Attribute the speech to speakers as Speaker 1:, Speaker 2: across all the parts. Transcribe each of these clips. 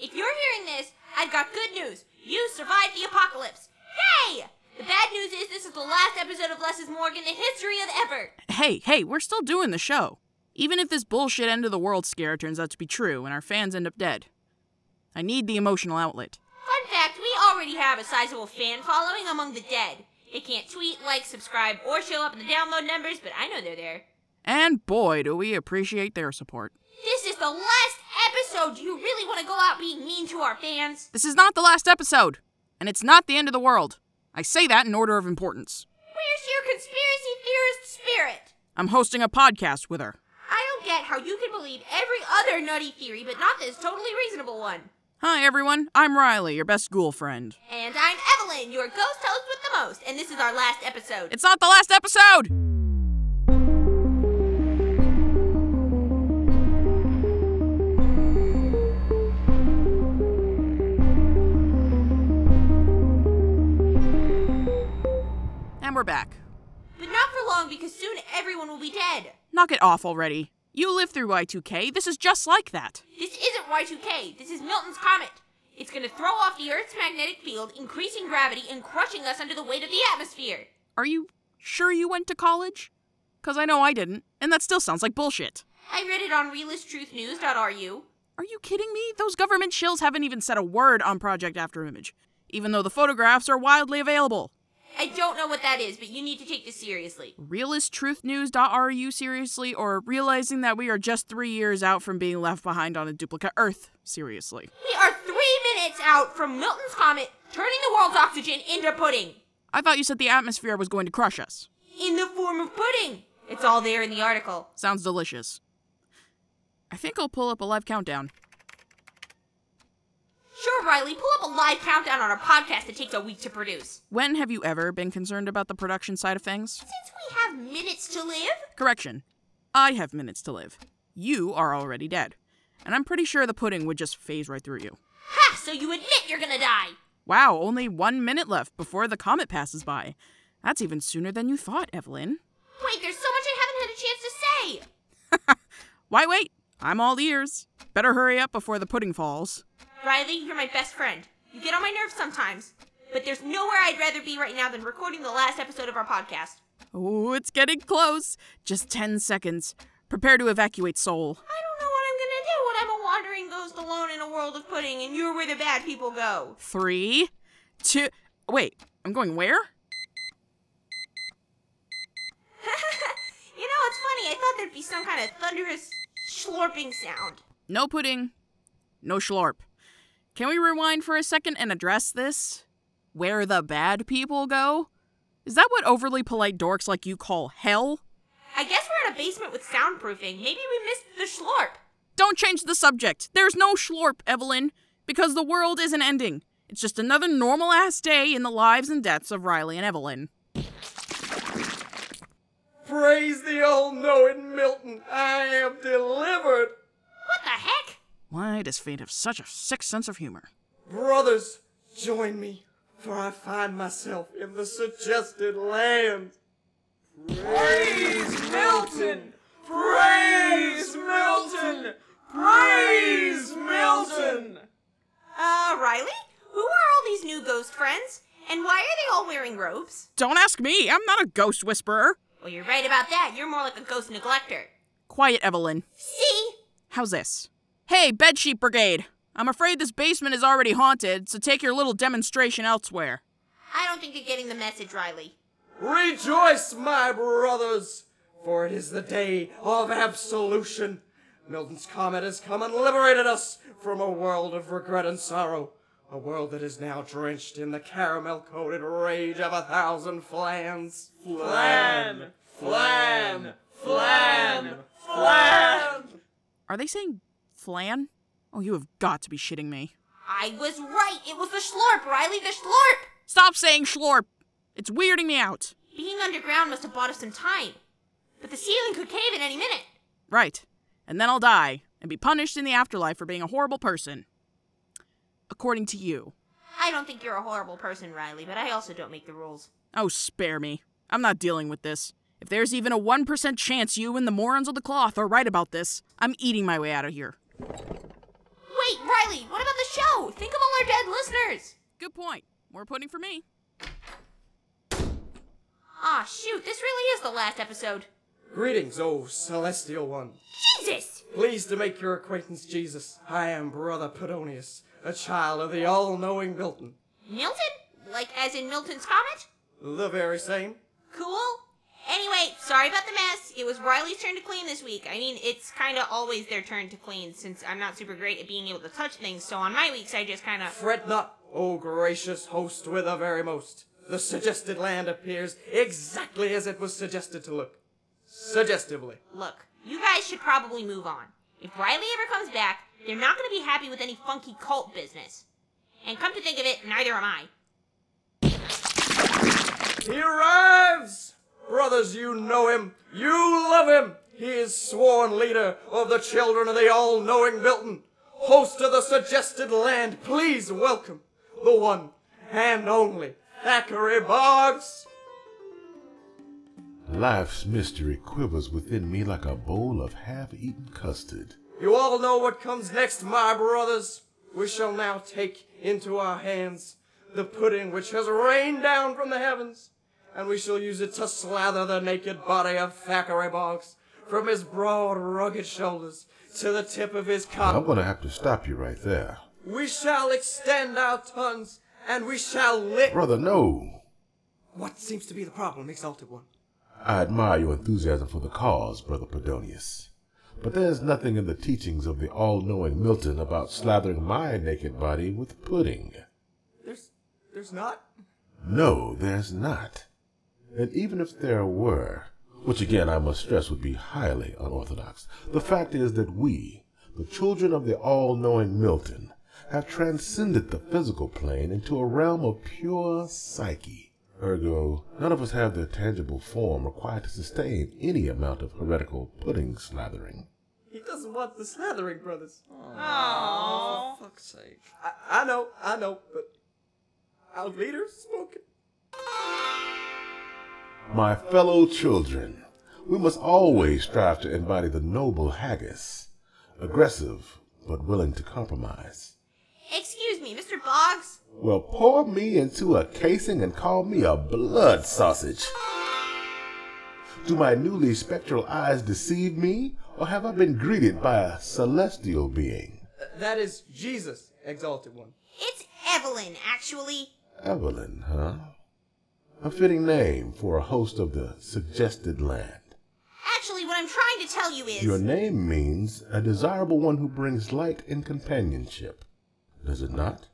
Speaker 1: If you're hearing this, I've got good news. You survived the apocalypse. Hey! The bad news is this is the last episode of Less is Morgan in the history of ever.
Speaker 2: Hey, hey, we're still doing the show. Even if this bullshit end of the world scare turns out to be true and our fans end up dead, I need the emotional outlet.
Speaker 1: Fun fact, we already have a sizable fan following among the dead. They can't tweet, like, subscribe, or show up in the download numbers, but I know they're there.
Speaker 2: And boy, do we appreciate their support.
Speaker 1: This is the last episode. Do you really want to go out being mean to our fans?
Speaker 2: This is not the last episode, and it's not the end of the world. I say that in order of importance.
Speaker 1: Where's your conspiracy theorist spirit?
Speaker 2: I'm hosting a podcast with her.
Speaker 1: I don't get how you can believe every other nutty theory, but not this totally reasonable one.
Speaker 2: Hi, everyone. I'm Riley, your best ghoul friend.
Speaker 1: And I'm Evelyn, your ghost host with the most, and this is our last episode.
Speaker 2: It's not the last episode! And we're back.
Speaker 1: But not for long because soon everyone will be dead.
Speaker 2: Knock it off already. You lived through Y2K. This is just like that.
Speaker 1: This isn't Y2K, this is Milton's Comet. It's gonna throw off the Earth's magnetic field, increasing gravity and crushing us under the weight of the atmosphere.
Speaker 2: Are you sure you went to college? Because I know I didn't, and that still sounds like bullshit.
Speaker 1: I read it on realisttruthnews.ru.
Speaker 2: Are you kidding me? Those government shills haven't even said a word on Project After Image, even though the photographs are widely available.
Speaker 1: I don't know what that is, but you need to take this seriously.
Speaker 2: realisttruthnews.ru seriously or realizing that we are just three years out from being left behind on a duplicate earth seriously
Speaker 1: We are three minutes out from Milton's Comet turning the world's oxygen into pudding.
Speaker 2: i thought you said the atmosphere was going to crush us
Speaker 1: In the form of pudding! It's all there in the article.
Speaker 2: sounds delicious i think i'll pull up a live countdown
Speaker 1: Sure, Riley, pull up a live countdown on our podcast that takes a week to produce.
Speaker 2: when have you ever been concerned about the production side of things
Speaker 1: Since we have minutes to live,
Speaker 2: correction i have minutes to live you are already dead and i'm pretty sure the pudding would just phase right through you
Speaker 1: ha! So you admit you're gonna die!
Speaker 2: wow only one minute left before the comet passes by that's even sooner than you thought evelyn
Speaker 1: Wait, there's so much I haven't had a chance to say!
Speaker 2: Why wait? I'm all ears. Better hurry up before the pudding falls.
Speaker 1: Riley, you're my best friend. You get on my nerves sometimes, but there's nowhere I'd rather be right now than recording the last episode of our podcast.
Speaker 2: Oh, it's getting close. Just 10 seconds. Prepare to evacuate Seoul.
Speaker 1: I don't know what I'm gonna do when I'm a wandering ghost alone in a world of pudding and you're where the bad people go.
Speaker 2: Three, two. Wait, I'm going where?
Speaker 1: You know, it's funny, I thought there'd be some kind of thunderous slurping sound.
Speaker 2: No pudding, no schlorp. Can we rewind for a second and address this? Where the bad people go? Is that what overly polite dorks like you call hell?
Speaker 1: I guess we're in a basement with soundproofing. Maybe we missed the slurp.
Speaker 2: Don't change the subject. There's no schlorp, Evelyn, because the world isn't ending. It's just another normal ass day in the lives and deaths of Riley and Evelyn.
Speaker 3: Praise the all knowing Milton. I am delivered.
Speaker 1: What the heck?
Speaker 2: Why does fate have such a sick sense of humor?
Speaker 3: Brothers, join me, for I find myself in the suggested land. Praise Milton! Praise Milton! Praise Milton!
Speaker 1: Uh, Riley? Who are all these new ghost friends? And why are they all wearing robes?
Speaker 2: Don't ask me, I'm not a ghost whisperer.
Speaker 1: Well, you're right about that. You're more like a ghost neglector.
Speaker 2: Quiet, Evelyn.
Speaker 1: See?
Speaker 2: How's this? Hey, Bedsheet Brigade! I'm afraid this basement is already haunted, so take your little demonstration elsewhere.
Speaker 1: I don't think you're getting the message, Riley.
Speaker 3: Rejoice, my brothers, for it is the day of absolution. Milton's comet has come and liberated us from a world of regret and sorrow, a world that is now drenched in the caramel coated rage of a thousand flans. Flan! Flan! Flan! Flan!
Speaker 2: Are they saying flan? Oh, you have got to be shitting me.
Speaker 1: I was right. It was the slurp, Riley, the slurp!
Speaker 2: Stop saying schlorp! It's weirding me out.
Speaker 1: Being underground must have bought us some time. But the ceiling could cave at any minute.
Speaker 2: Right. And then I'll die and be punished in the afterlife for being a horrible person. According to you.
Speaker 1: I don't think you're a horrible person, Riley, but I also don't make the rules.
Speaker 2: Oh, spare me. I'm not dealing with this. If there's even a 1% chance you and the morons of the cloth are right about this, I'm eating my way out of here.
Speaker 1: Wait, Riley, what about the dead listeners!
Speaker 2: Good point. More pudding for me.
Speaker 1: Aw, Ah, shoot, this really is the last episode.
Speaker 3: Greetings, O celestial one.
Speaker 1: Jesus!
Speaker 3: Pleased to make your acquaintance, Jesus. I am Brother Pedonius, a child of the all knowing Milton.
Speaker 1: Milton? Like, as in Milton's Comet?
Speaker 3: The very same.
Speaker 1: Cool. Anyway, sorry about the mess. It was Riley's turn to clean this week. I mean, it's kind of always their turn to clean since I'm not super great at being able to touch things, so on my weeks I just kind of.
Speaker 3: Fret not, O gracious host with the very most. The suggested land appears exactly as it was suggested to look. Suggestively.
Speaker 1: Look, you guys should probably move on. If Riley ever comes back, they're not going to be happy with any funky cult business. And come to think of it, neither am I.
Speaker 3: He arrives! Brothers, you know him. You love him. He is sworn leader of the children of the all knowing Milton. Host of the suggested land, please welcome the one and only Thackeray Boggs.
Speaker 4: Life's mystery quivers within me like a bowl of half eaten custard.
Speaker 3: You all know what comes next, my brothers. We shall now take into our hands the pudding which has rained down from the heavens, and we shall use it to slather the naked body of Thackeray Boggs from his broad, rugged shoulders to the tip of his
Speaker 4: I'm
Speaker 3: collar.
Speaker 4: gonna have to stop you right there.
Speaker 3: We shall extend our tongues, and we shall lick.
Speaker 4: Brother, no!
Speaker 3: What seems to be the problem, Exalted One?
Speaker 4: I admire your enthusiasm for the cause, Brother Pedonius. But there's nothing in the teachings of the all knowing Milton about slathering my naked body with pudding.
Speaker 3: There's, there's not.
Speaker 4: No, there's not. And even if there were, which again I must stress would be highly unorthodox, the fact is that we, the children of the all knowing Milton, have transcended the physical plane into a realm of pure psyche. Ergo, none of us have the tangible form required to sustain any amount of heretical pudding slathering.
Speaker 3: He doesn't want the slathering brothers.
Speaker 1: Aww.
Speaker 3: Oh, fuck's sake. I, I know, I know, but our leader's spoken.
Speaker 4: My fellow children, we must always strive to embody the noble haggis, aggressive but willing to compromise.
Speaker 1: Excuse me, Mr. Boggs?
Speaker 4: Well, pour me into a casing and call me a blood sausage. Do my newly spectral eyes deceive me, or have I been greeted by a celestial being?
Speaker 3: That is Jesus, exalted one.
Speaker 1: It's Evelyn, actually.
Speaker 4: Evelyn, huh? A fitting name for a host of the suggested land.
Speaker 1: Actually, what I'm trying to tell you is.
Speaker 4: Your name means a desirable one who brings light and companionship. Does it not?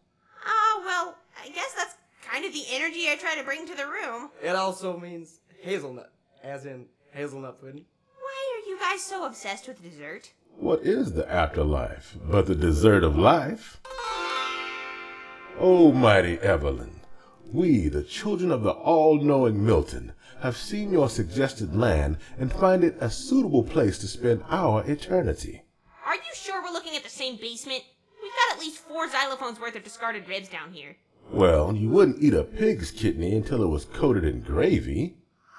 Speaker 1: Ah, well, I guess that's kind of the energy I try to bring to the room.
Speaker 3: It also means hazelnut, as in hazelnut pudding.
Speaker 1: Why are you guys so obsessed with dessert?
Speaker 4: What is the afterlife but the desert of life? O mighty Evelyn, we, the children of the all knowing Milton, have seen your suggested land and find it a suitable place to spend our eternity.
Speaker 1: Are you sure we're looking at the same basement? We've got at least four xylophones worth of discarded ribs down here.
Speaker 4: Well, you wouldn't eat a pig's kidney until it was coated in gravy.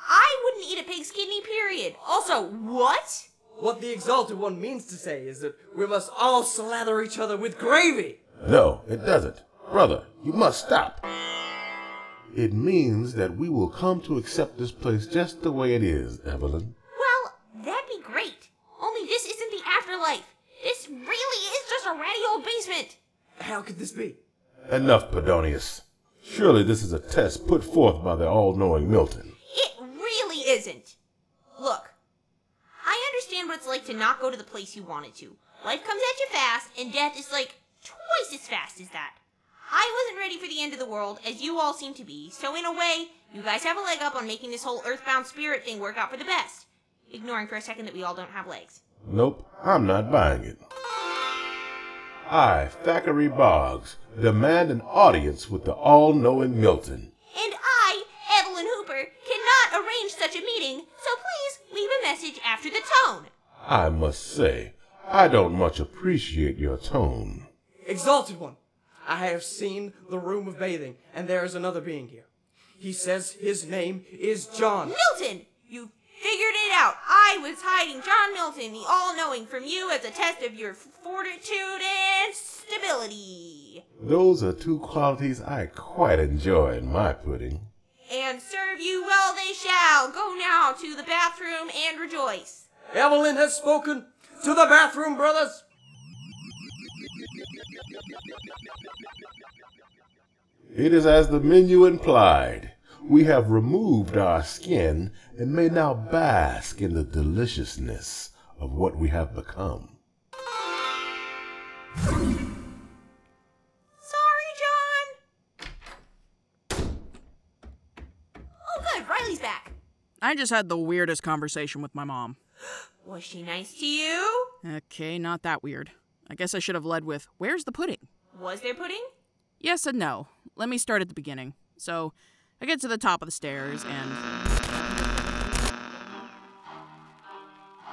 Speaker 1: I wouldn't eat a pig's kidney, period. Also, what?
Speaker 3: What the exalted one means to say is that we must all slather each other with gravy.
Speaker 4: No, it doesn't. Brother, you must stop. It means that we will come to accept this place just the way it is, Evelyn.
Speaker 1: Well, that'd be great. Only this isn't the afterlife. This really is just a ratty old basement.
Speaker 3: How could this be?
Speaker 4: Enough, Pedonius. Surely this is a test put forth by the all knowing Milton.
Speaker 1: It really isn't. Look, I understand what it's like to not go to the place you wanted to. Life comes at you fast, and death is like twice as fast as that. I wasn't ready for the end of the world, as you all seem to be, so in a way, you guys have a leg up on making this whole earthbound spirit thing work out for the best. Ignoring for a second that we all don't have legs.
Speaker 4: Nope, I'm not buying it. I, Thackeray Boggs, demand an audience with the all knowing Milton.
Speaker 1: And I, Evelyn Hooper, cannot arrange such a meeting, so please leave a message after the tone.
Speaker 4: I must say, I don't much appreciate your tone.
Speaker 3: Exalted one, I have seen the room of bathing, and there is another being here. He says his name is John.
Speaker 1: Milton! You figured it out. I was hiding John Milton, the all knowing, from you as a test of your fortitude and stability.
Speaker 4: Those are two qualities I quite enjoy in my pudding.
Speaker 1: And serve you well they shall. Go now to the bathroom and rejoice.
Speaker 3: Evelyn has spoken to the bathroom, brothers.
Speaker 4: It is as the menu implied. We have removed our skin and may now bask in the deliciousness of what we have become.
Speaker 1: Sorry, John. Oh, good. Riley's back.
Speaker 2: I just had the weirdest conversation with my mom.
Speaker 1: Was she nice to you?
Speaker 2: Okay, not that weird. I guess I should have led with, Where's the pudding?
Speaker 1: Was there pudding?
Speaker 2: Yes and no. Let me start at the beginning. So, I get to the top of the stairs and.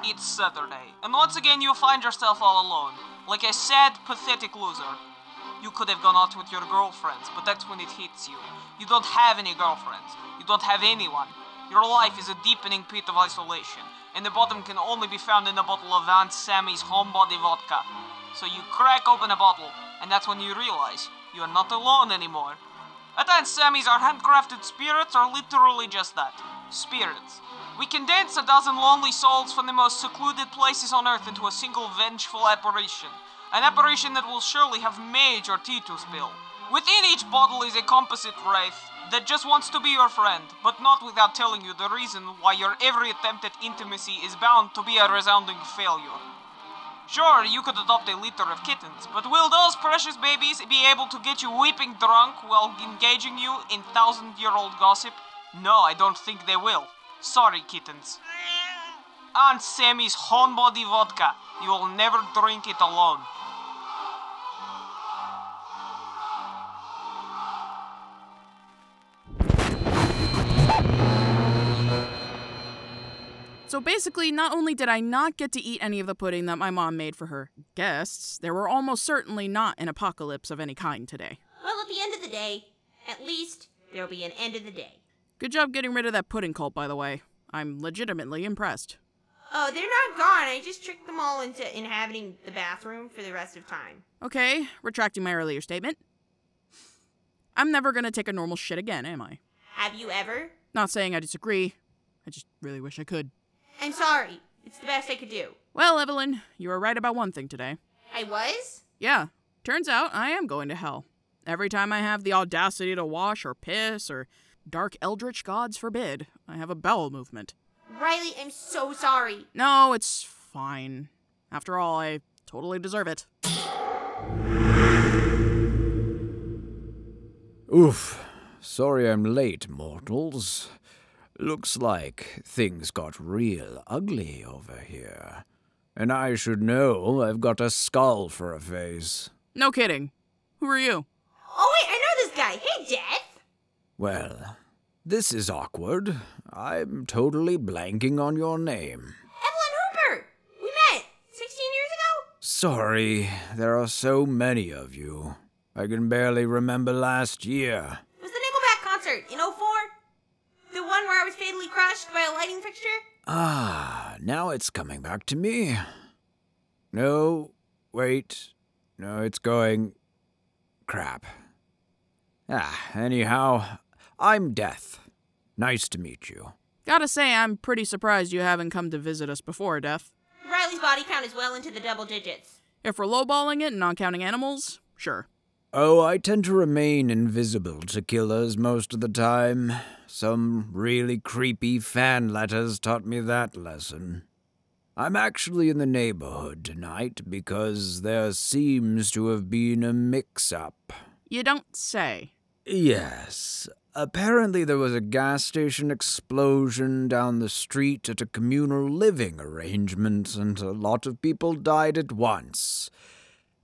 Speaker 5: It's Saturday, and once again you find yourself all alone, like a sad, pathetic loser. You could have gone out with your girlfriends, but that's when it hits you. You don't have any girlfriends. You don't have anyone. Your life is a deepening pit of isolation, and the bottom can only be found in a bottle of Aunt Sammy's homebody vodka. So you crack open a bottle, and that's when you realize you are not alone anymore. At Aunt Sammy's, our handcrafted spirits are literally just that spirits. We condense a dozen lonely souls from the most secluded places on earth into a single vengeful apparition. An apparition that will surely have major tea to spill. Within each bottle is a composite wraith that just wants to be your friend, but not without telling you the reason why your every attempt at intimacy is bound to be a resounding failure. Sure, you could adopt a litter of kittens, but will those precious babies be able to get you weeping drunk while engaging you in thousand year old gossip? No, I don't think they will. Sorry, kittens. Aunt Sammy's homebody vodka. You will never drink it alone.
Speaker 2: So basically, not only did I not get to eat any of the pudding that my mom made for her guests, there were almost certainly not an apocalypse of any kind today.
Speaker 1: Well, at the end of the day, at least there'll be an end of the day.
Speaker 2: Good job getting rid of that pudding cult, by the way. I'm legitimately impressed.
Speaker 1: Oh, they're not gone. I just tricked them all into inhabiting the bathroom for the rest of time.
Speaker 2: Okay, retracting my earlier statement. I'm never gonna take a normal shit again, am I?
Speaker 1: Have you ever?
Speaker 2: Not saying I disagree. I just really wish I could.
Speaker 1: I'm sorry. It's the best I could do.
Speaker 2: Well, Evelyn, you were right about one thing today.
Speaker 1: I was?
Speaker 2: Yeah, turns out I am going to hell. Every time I have the audacity to wash or piss or dark eldritch gods forbid, I have a bowel movement.
Speaker 1: Riley, I'm so sorry.
Speaker 2: No, it's fine. After all, I totally deserve it.
Speaker 6: Oof. Sorry I'm late, mortals. Looks like things got real ugly over here. And I should know I've got a skull for a face.
Speaker 2: No kidding. Who are you?
Speaker 1: Oh, wait, I know this guy. Hey, Death.
Speaker 6: Well, this is awkward. I'm totally blanking on your name.
Speaker 1: Evelyn Hooper. We met 16 years ago?
Speaker 6: Sorry, there are so many of you. I can barely remember last year.
Speaker 1: It was the Nickelback concert in 04. The one where I was fatally crushed by a lighting fixture?
Speaker 6: Ah, now it's coming back to me. No, wait. No, it's going. Crap. Ah, anyhow, I'm Death. Nice to meet you.
Speaker 2: Gotta say, I'm pretty surprised you haven't come to visit us before, Death.
Speaker 1: Riley's body count is well into the double digits.
Speaker 2: If we're lowballing it and not counting animals, sure.
Speaker 6: Oh, I tend to remain invisible to killers most of the time. Some really creepy fan letters taught me that lesson. I'm actually in the neighborhood tonight because there seems to have been a mix up.
Speaker 2: You don't say.
Speaker 6: Yes. Apparently, there was a gas station explosion down the street at a communal living arrangement, and a lot of people died at once.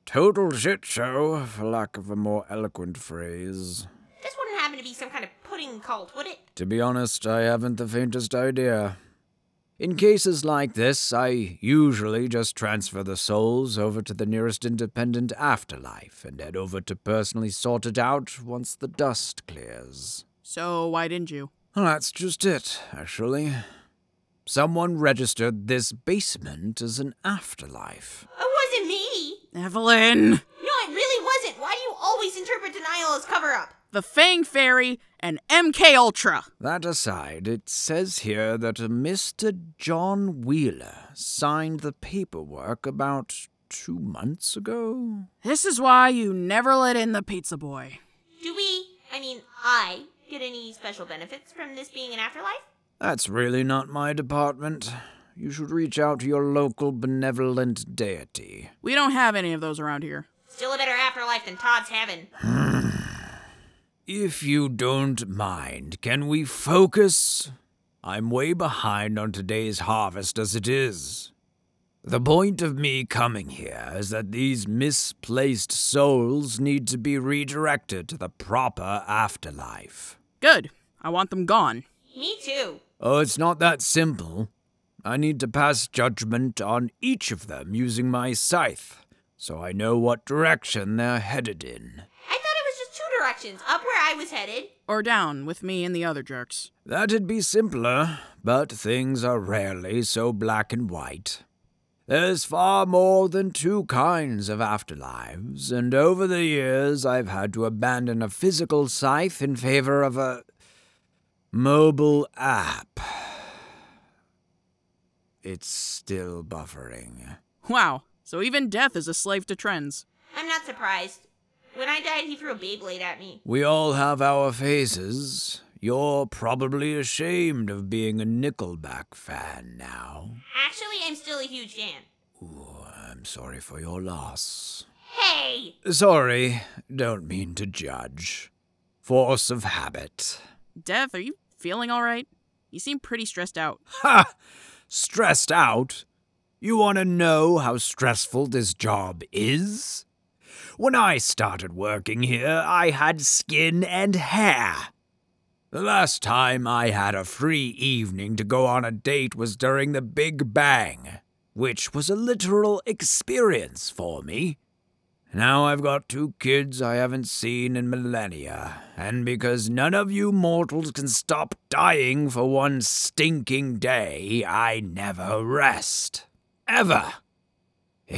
Speaker 6: Total shit show, for lack of a more eloquent phrase.
Speaker 1: This wouldn't happen to be some kind of pudding cult, would it?
Speaker 6: To be honest, I haven't the faintest idea. In cases like this, I usually just transfer the souls over to the nearest independent afterlife and head over to personally sort it out once the dust clears.
Speaker 2: So why didn't you?
Speaker 6: Well, that's just it, actually. Someone registered this basement as an afterlife.
Speaker 1: Oh, It wasn't me.
Speaker 2: Evelyn!
Speaker 1: No, it really wasn't. Why do you always denial is cover up.
Speaker 2: the Fang Fairy, and MK Ultra.
Speaker 6: That aside, it says here that a Mr. John Wheeler signed the paperwork about two months ago.
Speaker 2: This is why you never let in the pizza boy.
Speaker 1: Do we, I mean, I, get any special benefits from this being an afterlife?
Speaker 6: That's really not my department. You should reach out to your local benevolent deity.
Speaker 2: We don't have any of those around here.
Speaker 1: Still a better afterlife than Todd's heaven.
Speaker 6: If you don't mind, can we focus? I'm way behind on today's harvest as it is. The point of me coming here is that these misplaced souls need to be redirected to the proper afterlife.
Speaker 2: Good. I want them gone.
Speaker 1: Me too.
Speaker 6: Oh, it's not that simple. I need to pass judgment on each of them using my scythe, so I know what direction they're headed in.
Speaker 1: I thought it was just two directions up where I was headed.
Speaker 2: Or down with me and the other jerks.
Speaker 6: That'd be simpler, but things are rarely so black and white. There's far more than two kinds of afterlives, and over the years I've had to abandon a physical scythe in favor of a mobile app. It's still buffering.
Speaker 2: Wow. So even death is a slave to trends.
Speaker 1: I'm not surprised. When I died, he threw a Beyblade at me.
Speaker 6: We all have our faces. You're probably ashamed of being a Nickelback fan now.
Speaker 1: Actually, I'm still a huge fan.
Speaker 6: Ooh, I'm sorry for your loss.
Speaker 1: Hey!
Speaker 6: Sorry, don't mean to judge. Force of habit.
Speaker 2: Death, are you feeling alright? You seem pretty stressed out.
Speaker 6: Ha! Stressed out? You want to know how stressful this job is? When I started working here, I had skin and hair. The last time I had a free evening to go on a date was during the Big Bang, which was a literal experience for me. Now I've got two kids I haven't seen in millennia, and because none of you mortals can stop dying for one stinking day, I never rest. Ever.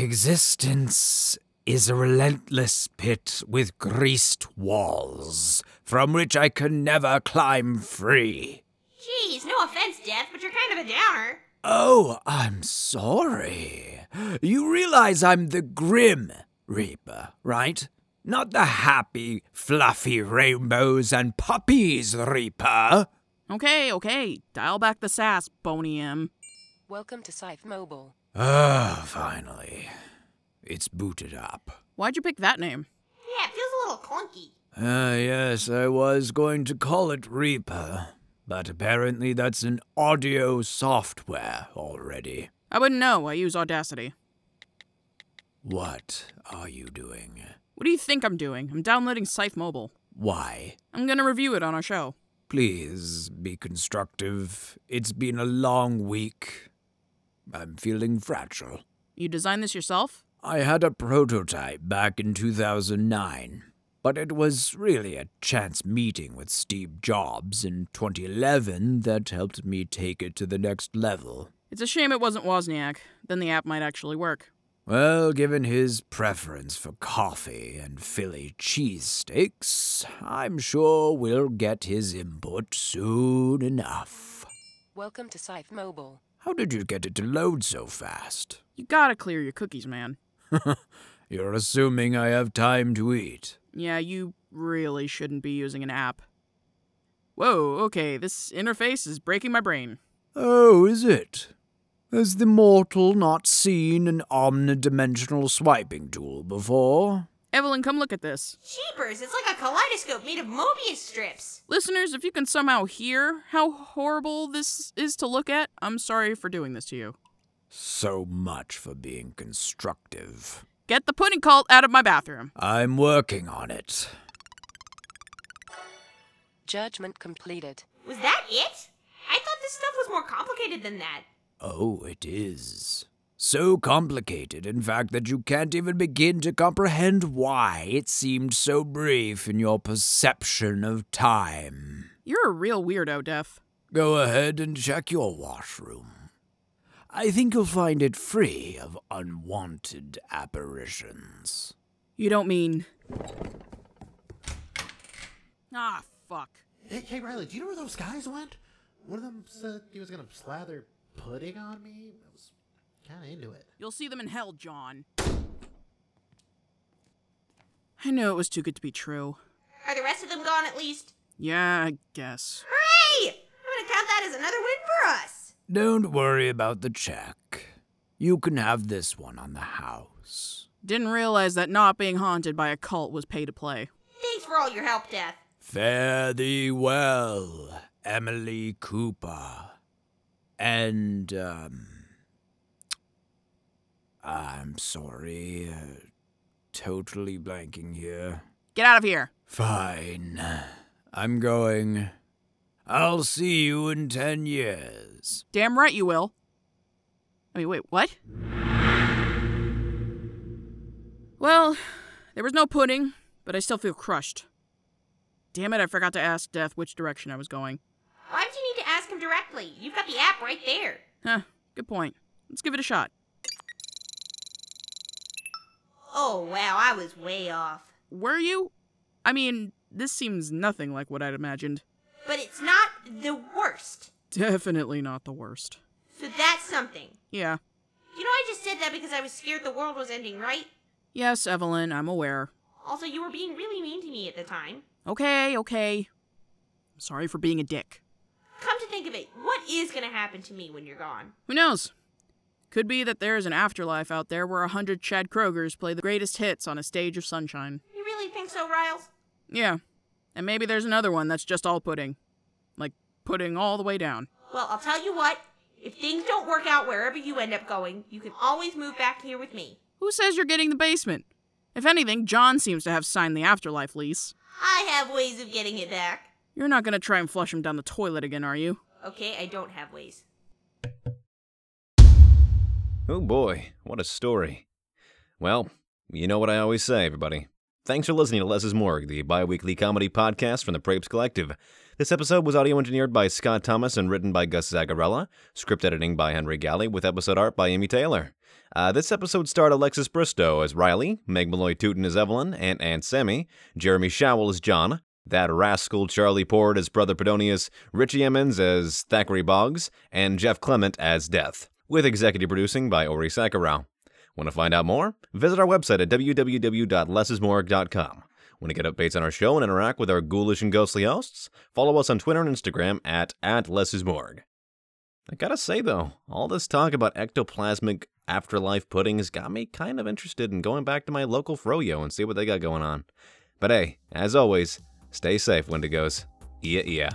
Speaker 6: Existence is a relentless pit with greased walls, from which I can never climb free.
Speaker 1: Jeez, no offense, Death, but you're kind of a downer.
Speaker 6: Oh, I'm sorry. You realize I'm the Grim Reaper, right? Not the happy, fluffy rainbows and puppies Reaper.
Speaker 2: Okay, okay. Dial back the sass, Boney M.
Speaker 7: Welcome to Scythe Mobile.
Speaker 6: Ah, finally. It's booted up.
Speaker 2: Why'd you pick that name?
Speaker 1: Yeah, it feels a little clunky.
Speaker 6: Ah, yes, I was going to call it Reaper, but apparently that's an audio software already.
Speaker 2: I wouldn't know. I use Audacity.
Speaker 6: What are you doing?
Speaker 2: What do you think I'm doing? I'm downloading Scythe Mobile.
Speaker 6: Why?
Speaker 2: I'm gonna review it on our show.
Speaker 6: Please be constructive. It's been a long week. I'm feeling fragile.
Speaker 2: You designed this yourself?
Speaker 6: I had a prototype back in 2009, but it was really a chance meeting with Steve Jobs in 2011 that helped me take it to the next level.
Speaker 2: It's a shame it wasn't Wozniak. Then the app might actually work.
Speaker 6: Well, given his preference for coffee and Philly cheesesteaks, I'm sure we'll get his input soon enough.
Speaker 7: Welcome to Scythe Mobile.
Speaker 6: How did you get it to load so fast?
Speaker 2: You gotta clear your cookies, man.
Speaker 6: You're assuming I have time to eat.
Speaker 2: Yeah, you really shouldn't be using an app. Whoa, okay, this interface is breaking my brain.
Speaker 6: Oh, is it? Has the mortal not seen an omnidimensional swiping tool before?
Speaker 2: Evelyn, come look at this.
Speaker 1: Jeepers, it's like a kaleidoscope made of Mobius strips.
Speaker 2: Listeners, if you can somehow hear how horrible this is to look at, I'm sorry for doing this to you.
Speaker 6: So much for being constructive.
Speaker 2: Get the pudding cult out of my bathroom.
Speaker 6: I'm working on it.
Speaker 7: Judgment completed.
Speaker 1: Was that it? I thought this stuff was more complicated than that.
Speaker 6: Oh, it is. So complicated, in fact, that you can't even begin to comprehend why it seemed so brief in your perception of time.
Speaker 2: You're a real weirdo, Def.
Speaker 6: Go ahead and check your washroom. I think you'll find it free of unwanted apparitions.
Speaker 2: You don't mean. Ah,
Speaker 8: hey Riley, do you know where those guys went? One of them said he was gonna slather pudding on me. I was kind of into it.
Speaker 2: You'll see them in hell, John. I knew it was too good to be true.
Speaker 1: Are the rest of them gone at least?
Speaker 2: Yeah, I guess.
Speaker 1: Hooray! I'm gonna count that as another win for us.
Speaker 6: Don't worry about the check. You can have this one on the house.
Speaker 2: Didn't realize that not being haunted by a cult was pay to play.
Speaker 1: Thanks for all your help, Death.
Speaker 6: Fare thee well, Emily Cooper. And, um. I'm sorry. uh, Totally blanking here.
Speaker 2: Get out of here.
Speaker 6: Fine. I'm going. I'll see you in ten years.
Speaker 2: Damn right you will. I mean, wait, what? Well, there was no pudding, but I still feel crushed. Damn it, I forgot to ask Death which direction I was going.
Speaker 1: Why did you need to ask him directly? You've got the app right there.
Speaker 2: Huh, good point. Let's give it a shot.
Speaker 1: Oh wow, I was way off.
Speaker 2: Were you? I mean, this seems nothing like what I'd imagined.
Speaker 1: But it's not the worst.
Speaker 2: Definitely not the worst.
Speaker 1: So that's something.
Speaker 2: Yeah.
Speaker 1: You know, I just said that because I was scared the world was ending, right?
Speaker 2: Yes, Evelyn, I'm aware.
Speaker 1: Also, you were being really mean to me at the time.
Speaker 2: Okay, okay. I'm sorry for being a dick.
Speaker 1: Come to think of it, what is gonna happen to me when you're gone?
Speaker 2: Who knows? Could be that there's an afterlife out there where a hundred Chad Krogers play the greatest hits on a stage of sunshine.
Speaker 1: You really think so, Riles?
Speaker 2: Yeah. And maybe there's another one that's just all pudding. Like, pudding all the way down.
Speaker 1: Well, I'll tell you what. If things don't work out wherever you end up going, you can always move back here with me.
Speaker 2: Who says you're getting the basement? If anything, John seems to have signed the afterlife lease.
Speaker 1: I have ways of getting it back.
Speaker 2: You're not gonna try and flush him down the toilet again, are you?
Speaker 1: Okay, I don't have ways.
Speaker 9: Oh boy, what a story. Well, you know what I always say, everybody. Thanks for listening to Les's Morgue, the bi weekly comedy podcast from the Prapes Collective. This episode was audio engineered by Scott Thomas and written by Gus Zagarella, script editing by Henry Galley, with episode art by Amy Taylor. Uh, this episode starred Alexis Bristow as Riley, Meg Malloy Tootin as Evelyn, and Aunt Sammy, Jeremy Showell as John, that rascal Charlie Port as Brother Pedonius, Richie Emmons as Thackeray Boggs, and Jeff Clement as Death, with executive producing by Ori Sakharov. Want to find out more? Visit our website at www.lessismorg.com. Want to get updates on our show and interact with our ghoulish and ghostly hosts? Follow us on Twitter and Instagram at, at lessismorg. I gotta say though, all this talk about ectoplasmic afterlife puddings got me kind of interested in going back to my local froyo and see what they got going on. But hey, as always, stay safe, Wendigos. Yeah, yeah.